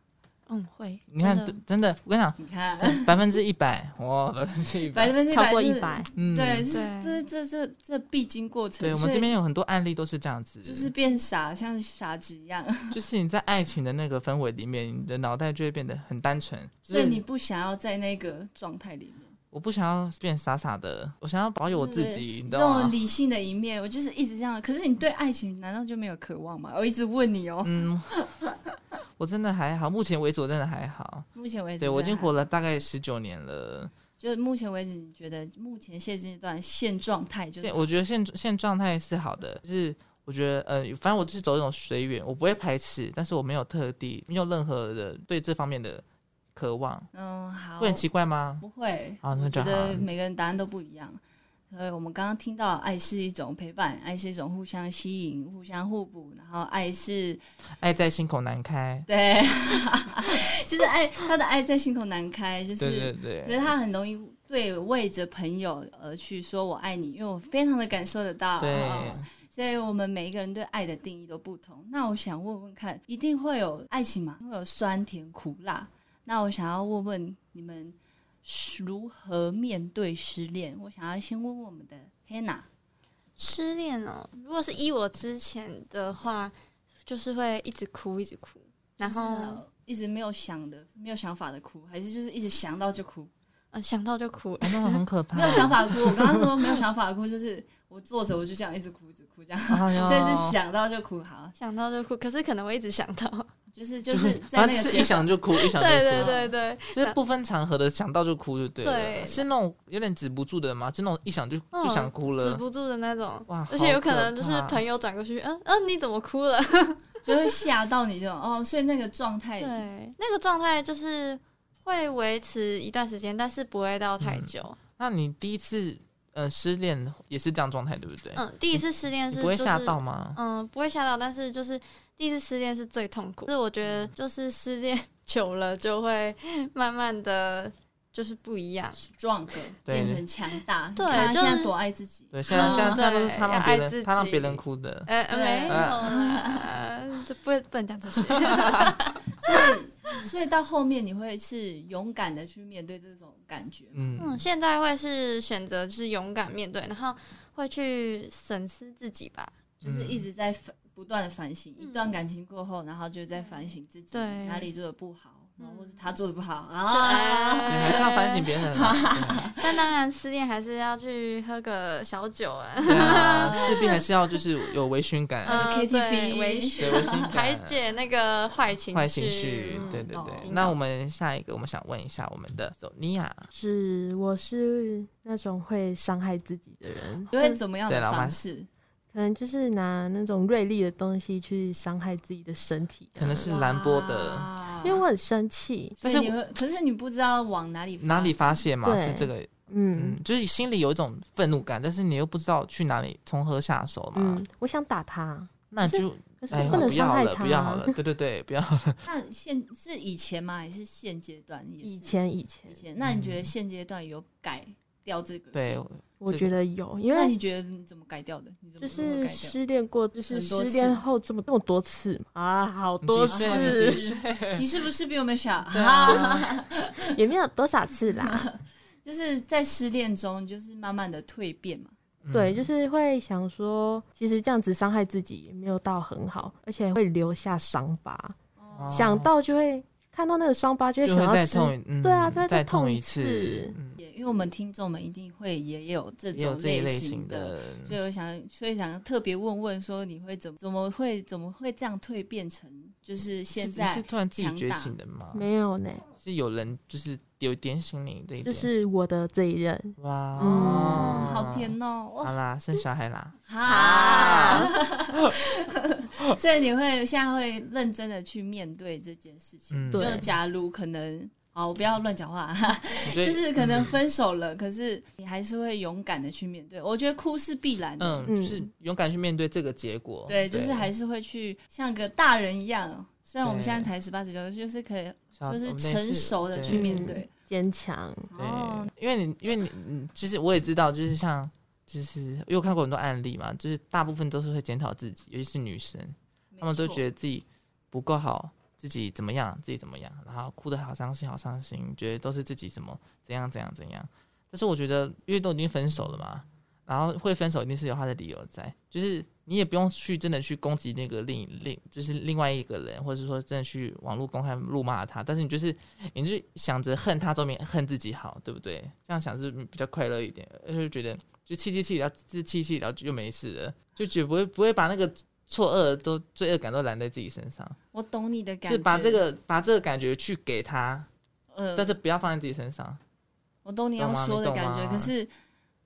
嗯，会。你看真的真的，我跟你讲你看，真，百分之一百，哇，百分之 一百百，分之超过就是一百，，嗯，对，就对是这这这这必经过程，对，我所们以这边有很多案例都是这样子，就是变傻，像傻子一样。就是你在爱情的那个氛围里面，你的脑袋就会变得很单纯。就所是以你不想要在那个状态里面，我不想要变傻傻的，我想要保有我自就是己，你知这道种吗？理性的一面，我就是一直这样。可是你对爱情难道就没有渴望吗？我一直问你哦，嗯， 我真的还好，目前为止我真的还好。目前为止，对我已经活，了大概十九年了，就是目前为止，你觉得目前现阶段现状态就是现我觉得现现状态是好的，就是我觉得呃，反正我就是走一种随缘，我不会排斥，但是我没有特地没有任何的对这方面的渴望，嗯好会，很奇怪吗？不会啊那我就觉得好每个人答案都不一样。所以我们刚刚听到，爱是一种陪伴，爱是一种互相吸引、互相互补，然后爱是爱在心口难开。对， 就是爱，他的爱在心口难开，就是对觉对得对，他很容易对为着朋友而去说我爱你，因为我非常的感受得到。哦对，所以我们每一个人对爱的定义都不同。那我想问问看，一定会有爱情嘛？会有酸甜苦辣。那我想要问问你们是如何面对失恋？我想要先问问我们的 Hannah。失恋哦，如果是依我之前的话，就是会一直哭，一直哭，然后就是啊一直没有想的、没有想法的哭，还是就是一直想到就哭，呃想到就哭， 哎那很可怕。没有想法哭。我刚刚说没有想法哭，就是我坐着我就这样一直哭，一直哭这样，哎呦，所以是想到就哭。好，想到就哭，可是可能会一直想到，就是就是在那反个正是一阶段，想就哭，一想就哭。啊对对对对，就是不分场合的想到就哭就对了，嗯对是那种有点止不住的吗？就那种一想就、嗯就想哭止了，不住的那种。哇！而且有好可可能就是怕朋友转过去，嗯嗯，你怎么哭了？就会吓到你这种哦，所以那个状态对，那个状态就是会维持一段时间，但是不会到嗯太久。那你第一次呃失恋也是这样状态，对不对？嗯，第一次失恋你是不会就吓是到吗？嗯，不会吓到，但是就是第一次失恋是最痛苦。就是我觉嗯得，就是失恋 久了就会慢慢的就是不一样。 strong 对变成强大。对你看他就是现在多爱自己，对，现在嗯现在现在都是对他让要别爱自人他让别人己哭的，呃，呃对没有啦， 这不不能讲出去。所以到后面你会是勇敢的去面对这种感觉。嗯，嗯，现在会是选择就是勇敢面对，然后会去审视自己吧。就是一直在反不断的反省、嗯一段感情过后，然后就在反省自己对哪里做的不好，然后嗯或是他做的不好对啊。你还是要反省。别人啊， 但当然，失恋还是要去喝个小酒啊对，对啊，势必还是要就是有微醺感，呃 KTV 对微醺对微醺感 排解那个坏情坏情绪嗯，对对懂对。那我们下一个，我们想问一下我们的索尼娅，是我是那种会伤害自己的人，你会怎么样的对啦方式？可能就是拿那种锐利的东西去伤害自己的身体啊，可能是兰波的，哇因为我很生气，所以但是你会，可是你不知道往哪里发哪里发泄嘛？对是这个嗯嗯，就是心里有一种愤怒感，但是你又不知道去哪里从何下手嘛。嗯，我想打他，那就可是哎呀，不能不伤要害了，他。啊不要好了， 对对对，不要了。那现是以前吗？还是现阶段？也是以前以前以，前，那你觉得现阶段有改掉这个？，对，嗯我这觉得有，因那为你觉得你怎么改掉的？你怎就么怎么是改掉？失恋过，就是很多失次恋后这么这么多次嘛啊，好你多几次岁啊你你几 是不是比我们小？对啊，也没有多少次啦。 就是在失恋中，就是慢慢的蜕变嘛。嗯对，就是会想说，其实这样子伤害自己也没有到很好，而且会留下伤疤。哦想到就会看到那个伤疤，就会就想会要再吃。痛，嗯，对啊就会再再痛一一次嗯，也因为我们听众们一定会也有这也有种这一类型型的，所以我想，所以想特别问问说，你会怎么怎么会怎么会这样蜕变成就是现是在是？突然自己强觉大醒的吗？没有呢，是有人就是有点醒你这一点，就是嗯我的这一任，哇，哦，好。甜哦！哇好啦，生小孩 啦，哈， 所以你会现在会认真的去面对这件事情。嗯，对就假如可能，好，我不要乱讲 话，我觉得就是可能分手了，可是你还是会勇敢的去面对。我觉得哭是必然的，嗯，嗯就是勇敢去面对这个结果，对，就是还是会去像个大人一样。虽然我们对现在才十八十九，就是可以小就是我们类成似熟的对去面对。坚强，对哦，，因为你，因为你，嗯其实我也知道，就是像，就是因为我看过很多案例嘛，就是大部分都是会检讨自己，尤其是女生，她们都觉得得自己不够好，自己怎么样，自己怎么样，然后哭得好伤心，好伤心，觉得都是自己什么怎样怎样怎样。但是我觉得，因为都已经分手了嘛，然后会分手一定是有他的理由在，就是你也不用去真的去攻击那个另另就是另外一个人，或者说真的去网络公开辱骂他，但是你就是你就想着恨他，总比恨自己好，对不对？这样想是比较快乐一点，而且觉得就气气气，然后自气气，然后就就没事了，就绝不会不会把那个错愕都罪恶感都揽在自己身上，我懂你的感是觉，把这个把这个感觉去给他，呃，但是不要放在自己 身上。我懂你要说的感懂吗你觉，懂吗可是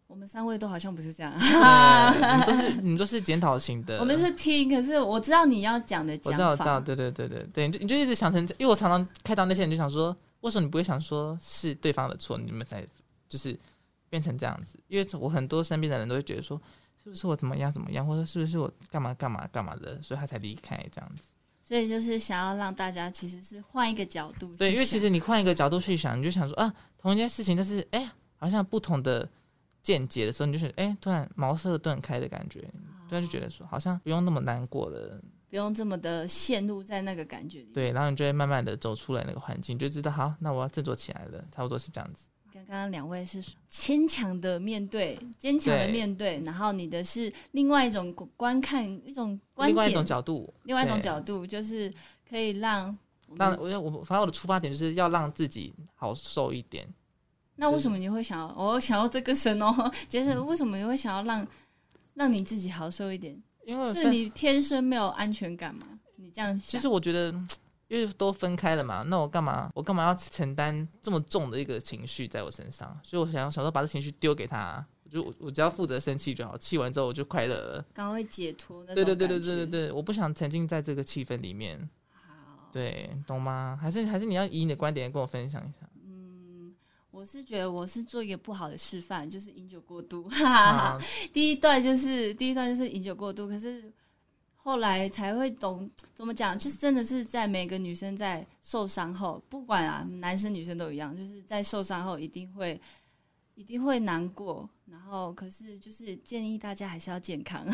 我们三位都好像不是这样，对你们都是你们都是检讨型的，我们是听，可是我知道你要讲的呃我讲知道，我知道，法，对对对对对，你就你就一直想成，因为我常常看到那些人就想说，为什么你不会想说是对方的错，你们才就是变成这样子，因为我很多身边的人都会觉得说，是不是我怎么样怎么样，或者是不是我干嘛干嘛干嘛的，所以他才离开这样子。所以就是想要让大家其实是换一个角度去想，对，因为其实你换一个角度去想，你就想说啊，同一件事情，但是哎、好像不同的见解的时候，你就是哎、突然茅塞顿开的感觉，哦突然就觉得说好像不用那么难过了，不用这么的陷入在那个感觉里。，对，然后你就会慢慢的走出来那个环境，你就知道好，那我要振作起来了，差不多是这样子。刚刚两位是坚强的面对，坚强的对面对，然后你的是另外一种观看，一种观点，另外一种角度，另外一种对角度，就是可以让我让们。我我反正我的出发点就是要让自己好受一点，那为什么你会想要？我、想要这个神哦， 就是嗯为什么你会想要让让你自己好受一点？因为是分你天生没有安全感吗？你这样想，其实我觉得，因为都分开了嘛，那我干嘛？我干嘛要承担这么重的一个情绪在我身上？所以我想要想说把这情绪丢给他、我就我我只要负责生气就好，气完之后我就快乐了。刚会解脱那种对对对对感觉哦对对对，我不想沉浸在这个气氛里面，好，对，懂吗？还是还是你要以你的观点跟我分享一 下。嗯，我是觉得我是做一个不好的示范，就是饮酒过度。哈哈哈啊，第一段就是第一段就是饮酒过度，可是后来才会懂怎么讲，就是真的是在每个女生在受伤后，不管啊男生女生都一样，就是在受伤后一定会一定会难过，然后可是就是建议大家还是要健康。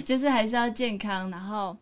就是还是要健康，然后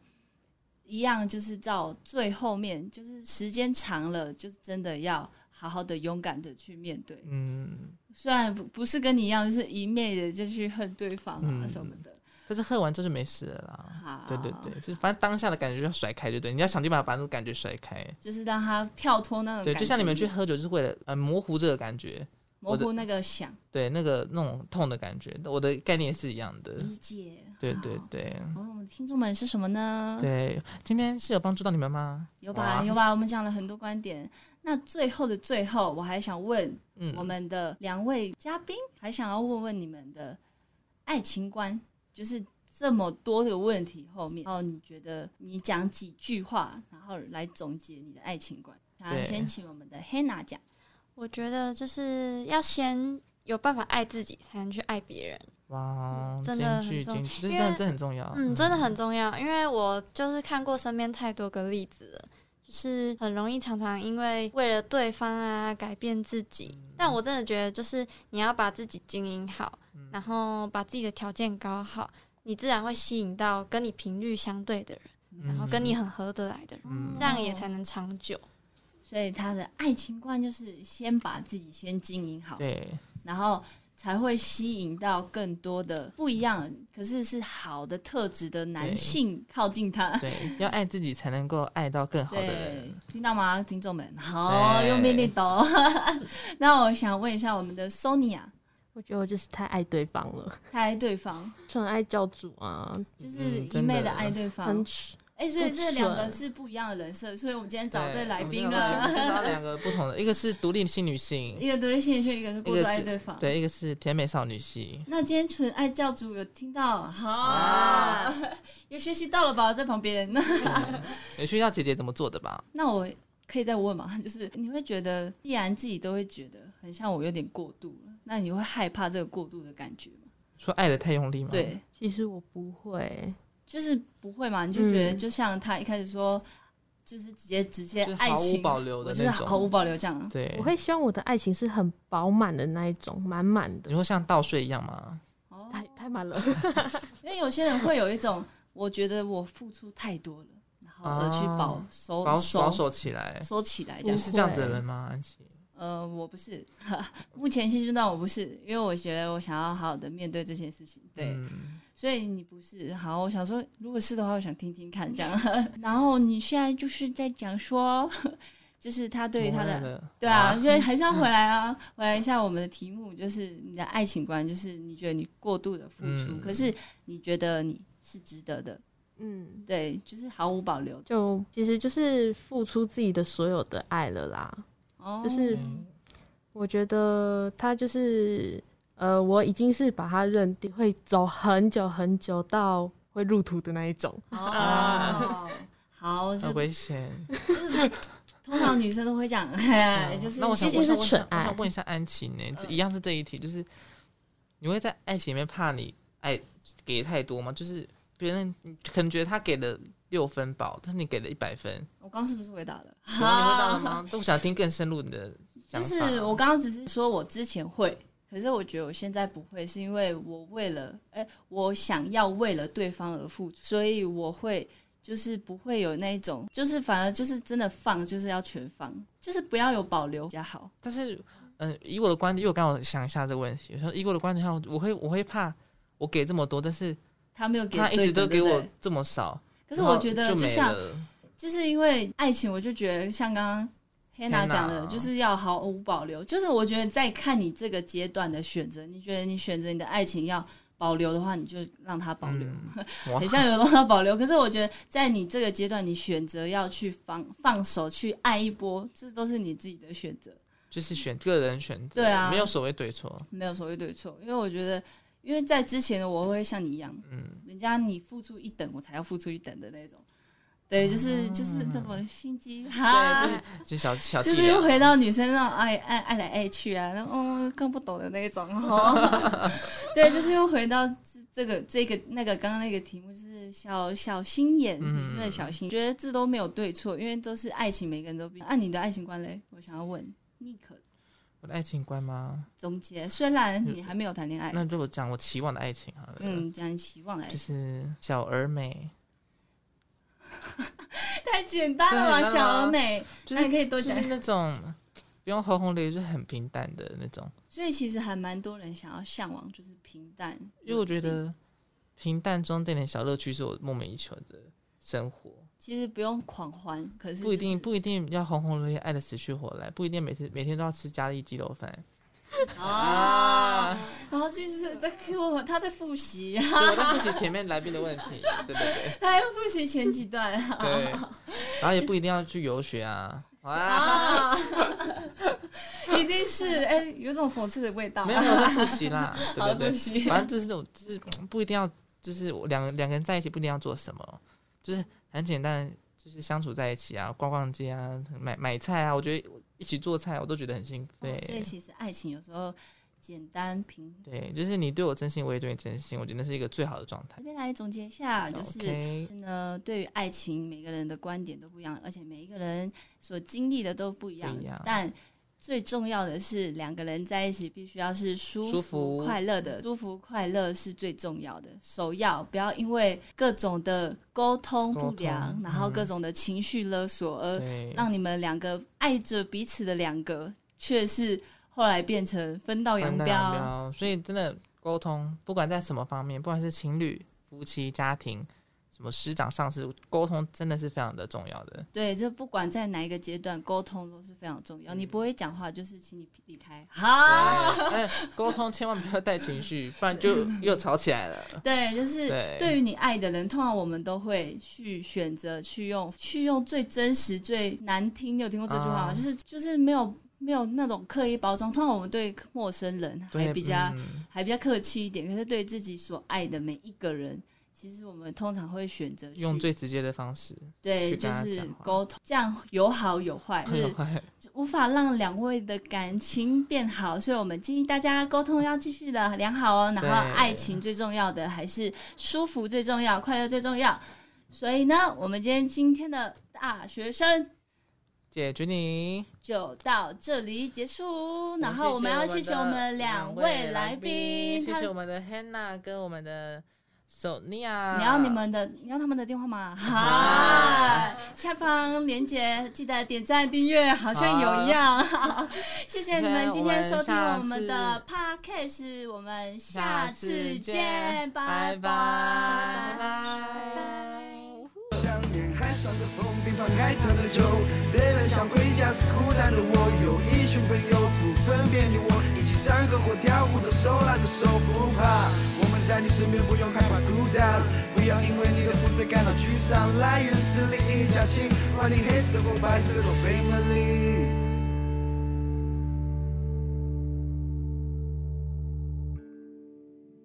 一样就是到最后面，就是时间长了，就是真的要好好的、勇敢的去面对。嗯，虽然不不是跟你一样，就是一昧的就去恨对方啊嗯什么的。但是喝完之后就没事了啦。好，对对对，，就是反正当下的感觉就要甩开，对不对？你要想尽办法把那个感觉甩开。就是让他跳脱那种对，感觉，就像你们去喝酒，就是为了呃模糊这个感觉。模糊那个想对那个那种痛的感觉，我的概念是一样的。理解。对嗯好对。对哦，我们听众们是什么呢？对，今天是有帮助到你们吗？有吧哇有吧，我们讲了很多观点。那最后的最后，我还想问嗯，我们的两位嘉宾，还想要问问你们的爱情观，就是这么多的问题后面，然后你觉得你讲几句话，然后来总结你的爱情观。那对先请我们的 Hannah 讲，我觉得就是要先有办法爱自己，才能去爱别人。嗯哇，真的京很剧重京剧，这因真的为这很重要。嗯，真的很重要，因为我就是看过身边太多个例子了，就是很容易常常因为为了对方啊改变自己。但我真的觉得，就是你要把自己经营好，嗯然后把自己的条件搞好，你自然会吸引到跟你频率相对的人，然后跟你嗯很合得来的人，嗯这样也才能长久。所以他的爱情观就是先把自己先经营好，对然后才会吸引到更多的不一样，可是是好的特质的男对性靠近他。对，要爱自己才能够爱到更好的哎对人。，听到吗，听众们？好，对用命令懂。 那我想问一下我们的 Sonia，我觉得我就是太爱对方了，他爱对方，纯爱教主啊，就是嗯一真的昧的爱对方很。蠢哎、所以不这两个蠢是不一样的人设，所以我们今天找对对来我们宾今天找了 到，两个找到两个不同的，一个是独立性女性，一个独立性学，一个是过一度个是爱对方。。对，一个是甜美少 女系。那今天纯爱教主有听到，好，啊 有学习到了吧？在旁边。 那也需要姐姐怎么做的吧？那我可以再问吗？ 就是你会觉得，既然自己都会觉得很像我有点过度了，那你会害怕这个过度的感觉吗？说爱的太用力吗？对。其实我不会，就是不会嘛？你就觉得嗯就像他一开始说，就是直接直接就是爱毫情，无保留我的就是那毫无种。保留这样。对我，会希望我的爱情是很饱满的那一种，满满的你，会像倒睡一样吗？哦，太太满了。因为有些人会有一种，我觉得我付出太多了，然后而去啊保收保收保守起来。收起来这你样不。是这样子的人吗？安琪？呃，我不是， 目前现阶段我不是，因为我觉得我想要好好的面对这件事情。对，嗯所以你不是好，我想说，如果是的话，我想听听看这样。 然后你现在就是在讲说， 就是他对于他的对啊，，嗯所以还是要回来啊，回来一下我们的题目，就是你的爱情观，就是你觉得你过度的付出，嗯可是你觉得你是值得的，嗯，对，就是毫无保留。就其实就是付出自己的所有的爱了啦。哦，就是嗯我觉得他就是呃，我已经是把他认定会走很久很久到会入土的那一种。 哦，好，就很危险。突通常女生都会 讲，哎，就是嗯嗯那我想毕问竟一下，是我想纯我爱想问一下安琪呢，这一样是这一题，就是你会在爱情里面怕你爱给太多吗？就是别人你可能觉得他给了六分饱，但是你给了一百 分，我刚刚是不是回答了？有你会到了吗？但我想听更深入你的就想法。是我刚刚只是说我之前会，可是我觉得我现在不会，是因为我为了，哎、我想要为了对方而付出，所以我会就是不会有那种，就是反而就是真的放，就是要全放，就是不要有保留比较好。但是，嗯、以我的观点，因为我刚好想一下这个问题，我说以我的观点上，我会我会怕我给这么多，但是他没有给他一对直的都给。对我不对这么少，可是然后我觉得就就没像了就是因为爱情，我就觉得像刚刚 Hannah Hannah 讲的，就是要毫无保留。就是我觉得在看你这个阶段的选择，你觉得你选择你的爱情要保留的话，你就让它保留。嗯哇很像有让它保留，可是我觉得在你这个阶段，你选择要去放放手去爱一波，这都是你自己的选择，就是选个人选择，对啊没有所谓对错，没有所谓对错。因为我觉得，因为在之前的我会像你一样，嗯，人家你付出一等，我才要付出一等的那种。对，就是就是这种心 机，哈，啊对，就是就小小就气啊是又量。回到女生那种爱爱爱来爱去啊，那嗯更不懂的那一种 哦。 对，就是又回到这这个这个那个刚刚那个题目，就是小小心眼，嗯女生的小心，觉得这都没有对错，因为都是爱情，每个人都不一样。按、你的爱情观嘞，我想要问妮可我的爱情观吗？总结，虽然你还没有谈恋爱，嗯那如果讲我期望的爱情好了，嗯，讲你期望来就，是小而美，太简单了吧，对很简单小啊而美。就那是你可以多就讲是那种不用轰轰烈烈，就是很平淡的那种。所以其实还蛮多人想要向往，就是平淡，因为我嗯觉得平淡中带点小乐趣是我梦寐以求的生活，其实不用狂欢，可是、就是、不一定不一定要轰轰烈烈，爱的死去活来，不一定每次每天都要吃嘉义鸡肉饭。啊。然后就是在 Q 我，他在复习， 对我在复习前面来宾的问题，对不对？他要复习前几段啊。 对，然后也不一定要去游学啊。哇，啊， 一定是哎、有种讽刺的味道。啊没有没有在复 习啦，好对不复对？习反正就是这种，就是嗯不一定要，就是我两个两个人在一起不一定要做什么，就是很简单，就是相处在一起啊，逛逛街啊，买买菜啊，我觉得一起做菜我都觉得很兴奋。哦所以其实爱情有时候简单平。对，就是你对我真心，我也对你真心，我觉得那是一个最好的状态这。边来总结一下，就是。 OK，呢，对于爱情，每个人的观点都不一样，而且每一个人所经历的都不一样。不一样但最重要的是，两个人在一起必须要是舒服、舒服快乐的，舒服快乐是最重要的。首要不要因为各种的沟通沟不通良，然后嗯各种的情绪勒索，而对，呃让你们两个爱着彼此的两个，却是后来变成分道扬分道镳。镳。啊所以真的沟通，不管在什么方面，不管是情侣、夫妻、家庭，什么师长、上司，沟通真的是非常的重要的。对，就不管在哪一个阶段，沟通都是非常重要。你不会讲话，就是请你离开。好，对但沟通千万不要带 情绪，不然就又吵起来了。对，就是对对于你爱的人，通常我们都会去选择去用去用最真实、最难听。你有听过这句话吗？啊就是就是没有没有那种刻意包装。通常我们对陌生人还对，比较、嗯还比较客气一点，可是对自己所爱的每一个人，其实我们通常会选择去用最直接的方式，对去就跟他是讲话沟通，这样有好有坏，很是快。无法让两位的感情变好，所以我们建议大家沟通要继续的良好哦。然对后爱情最重要的还是舒服最重要，快乐最重要。所以呢，我们今天今天的大学生解决你，就到这里结束。然也后我们要谢谢我们的两位位来宾，谢他谢我们的 Hannah 跟我们的 Sonia。你要你们的，你要他们的电话吗？嗨啊，下方链接记得点赞订阅，好像有一样。 谢谢你们今天收听我们的 podcast，我们下次见，拜拜拜拜。拜。想念海上的风，冰放海棠的酒，累了想回家是孤单的我。有一群朋友不分辨你我，一起唱歌或跳舞都手拉着手不怕。我们在你身边不用害怕孤单，不要因为你的肤色感到沮丧。来源是另一家亲，管你黑色或白色都没门理。